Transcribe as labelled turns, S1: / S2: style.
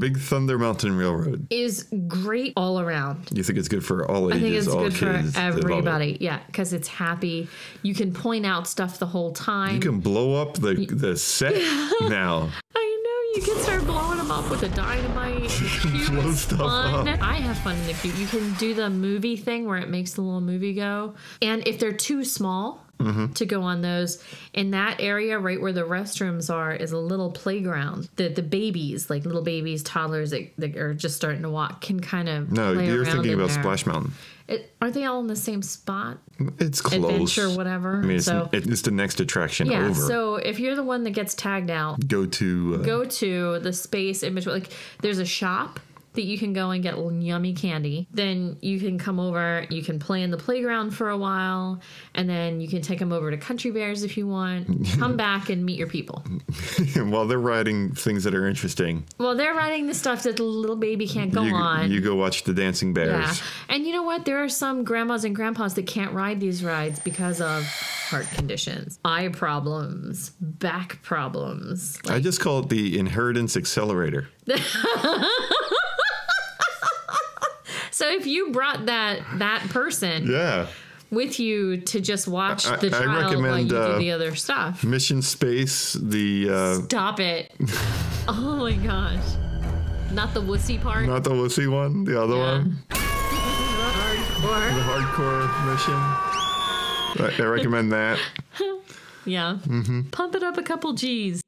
S1: Big Thunder Mountain Railroad.
S2: is great all around.
S1: You think it's good for all ages,
S2: I think it's
S1: all
S2: good
S1: kids?
S2: for
S1: They love it.
S2: everybody. Yeah, because it's happy. You can point out stuff the whole time.
S1: You can blow up the the set now.
S2: I know you can start blowing them up with a dynamite. It's cute.
S1: Blow
S2: It's
S1: stuff
S2: fun.
S1: up.
S2: I have fun in the cute. You can do the movie thing where it makes the little movie go. And if they're too small
S1: Mm-hmm.
S2: to go on those, in that area right where the restrooms are is a little playground that the babies, like little babies, toddlers that, that are just starting to walk, can kind of
S1: No,
S2: play
S1: you're
S2: around
S1: thinking
S2: in
S1: about
S2: there.
S1: Splash Mountain.
S2: It, aren't they all in the same spot?
S1: It's close.
S2: Adventure, whatever.
S1: I mean, it's,
S2: so
S1: it's the next attraction
S2: yeah.
S1: over.
S2: So if you're the one that gets tagged out,
S1: go to uh,
S2: go to the space in between. Like, there's a shop that you can go and get yummy candy. Then you can come over, you can play in the playground for a while, and then you can take them over to Country Bears if you want. come back and meet your people.
S1: while they're riding things that are interesting.
S2: Well, they're riding the stuff that the little baby can't go
S1: you,
S2: on.
S1: you go watch the dancing
S2: yeah.
S1: bears.
S2: And you know what? There are some grandmas and grandpas that can't ride these rides because of heart conditions, eye problems, back problems.
S1: I just call it the inheritance accelerator.
S2: So if you brought that that person
S1: Yeah.
S2: with you to just watch
S1: I-
S2: the
S1: I
S2: child while
S1: recommend,
S2: you
S1: uh,
S2: do the other stuff.
S1: Mission Space, the uh,
S2: Stop it. oh my gosh. Not the wussy part.
S1: not the wussy one, the other
S2: Yeah.
S1: one, the
S2: Hardcore.
S1: hardcore mission. I, I recommend that. Mm-hmm.
S2: Yeah. Pump it up a couple G's.